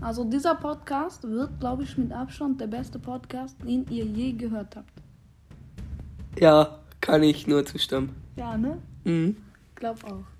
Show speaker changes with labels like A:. A: Also dieser Podcast wird, glaube ich, mit Abstand der beste Podcast, den ihr je gehört habt.
B: Ja, kann ich nur zustimmen.
A: Ja, ne?
B: Mhm.
A: Glaub auch.